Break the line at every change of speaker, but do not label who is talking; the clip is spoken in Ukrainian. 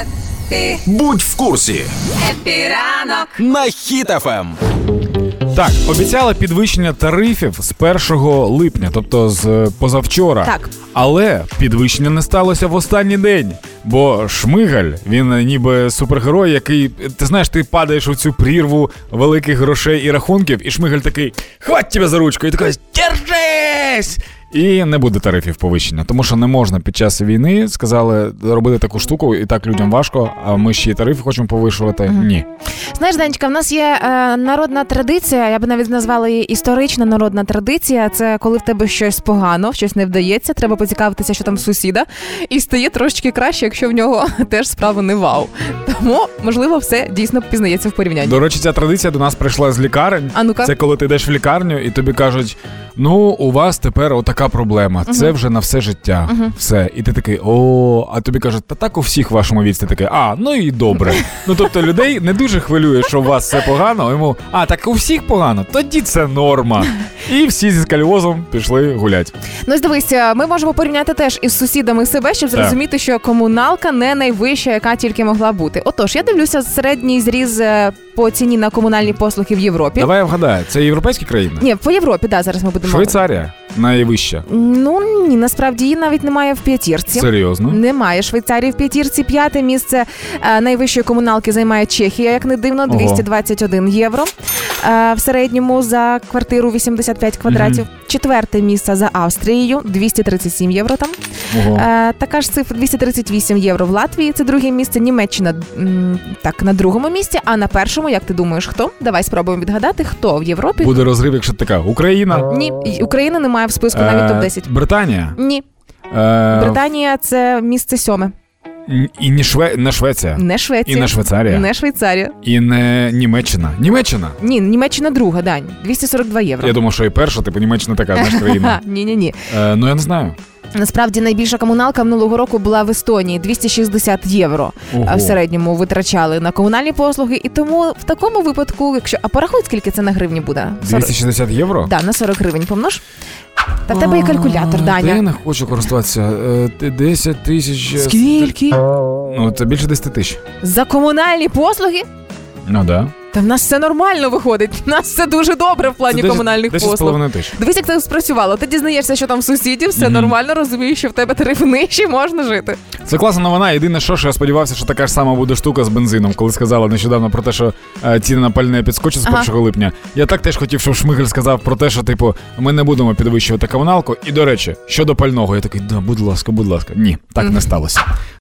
Епі,
Будь в курсі
епі ранок.
на хітафем.
Так, обіцяла підвищення тарифів з 1 липня, тобто з е, позавчора.
Так.
Але підвищення не сталося в останній день. Бо Шмигаль, він е, ніби супергерой, який е, ти знаєш, ти падаєш у цю прірву великих грошей і рахунків, і Шмигаль такий хвать тебе за ручку, і такий держись! І не буде тарифів повищення, тому що не можна під час війни сказали робити таку штуку, і так людям важко. А ми ще й тарифи хочемо повишувати. Ні.
Знаєш, Данечка, в нас є е, народна традиція, я б навіть назвала її історична народна традиція. Це коли в тебе щось погано, щось не вдається, треба поцікавитися, що там в сусіда, і стає трошечки краще, якщо в нього теж справи не вау. Тому, можливо, все дійсно пізнається в порівнянні.
До речі, ця традиція до нас прийшла з лікарень.
Е, А ну-ка.
Це коли ти йдеш в лікарню і тобі кажуть: ну, у вас тепер отака проблема. Це вже на все життя. Все. І ти такий, о, а тобі кажуть, та так у всіх в вашому віці. Ти такий, а, ну і добре. ну тобто людей не дуже хвилює, що у вас все погано. а Йому, а так у всіх погано, тоді це норма. І всі зі скальвозом пішли гулять.
Ну ось дивись, е, ми можемо порівняти теж із сусідами себе, щоб
Так.
зрозуміти, що комуналка не найвища, яка тільки могла бути. Отож, я дивлюся середній зріз е, по ціні на комунальні послуги в Європі.
Давай я вгадаю, це європейські країни?
Ні, по Європі, да, зараз ми будемо.
Швейцарія найвища.
Ну ні, насправді її навіть немає в п'ятірці.
Серйозно.
Немає Швейцарії в п'ятірці. П'яте місце е, найвищої комуналки займає Чехія, як не дивно,
Ого.
221 євро. Е, в середньому за квартиру 85 квадратів. Четверте місце за Австрією 237 євро. Там
Ого.
е, така ж цифра 238 євро в Латвії. Це друге місце. Німеччина м, так на другому місці. А на першому, як ти думаєш, хто? Давай спробуємо відгадати, хто в Європі.
Буде розрив, якщо така Україна.
Ні, і України немає в списку навіть
Е,
топ 10
Британія.
Ні,
Е,
Британія це місце сьоме,
н- І не, Шве... не Швеція.
не Швеція,
І не Швейцарія.
не Швейцарія.
І не Німеччина. Німеччина.
Ні, Німеччина друга, дань 242 євро.
Я думав, що і перша, типу Німеччина така знаєш, країна.
Ні, ні, ні.
Е, ну я не знаю.
Насправді найбільша комуналка минулого року була в Естонії 260 євро
Ого.
а в середньому витрачали на комунальні послуги. І тому в такому випадку, якщо а порахуй, скільки це на гривні буде?
260 євро?
Да, на 40 гривень помнож. Та в тебе є калькулятор,
А, та Я
Даня.
не хочу користуватися. Е, ти 10 тисяч. е,
Скільки?
Ну, це більше 10 тисяч.
За комунальні послуги?
Ну да.
Та в нас все нормально виходить. В нас все дуже добре в плані комунальних послуг.
10,5 тисяч.
Дивись, як це спрацювало. Ти дізнаєшся, що там в сусідів, все нормально, розумієш, що в тебе тариф нижче, можна жити.
Це класна новина. Єдине, що, що я сподівався, що така ж сама буде штука з бензином, коли сказали нещодавно про те, що е, ціни на пальне підскочать з
Ага.
1 липня. Я так теж хотів, щоб Шмигель сказав про те, що типу ми не будемо підвищувати комуналку. І до речі, щодо пального, я такий, да, будь ласка, будь ласка. Ні, так не сталося.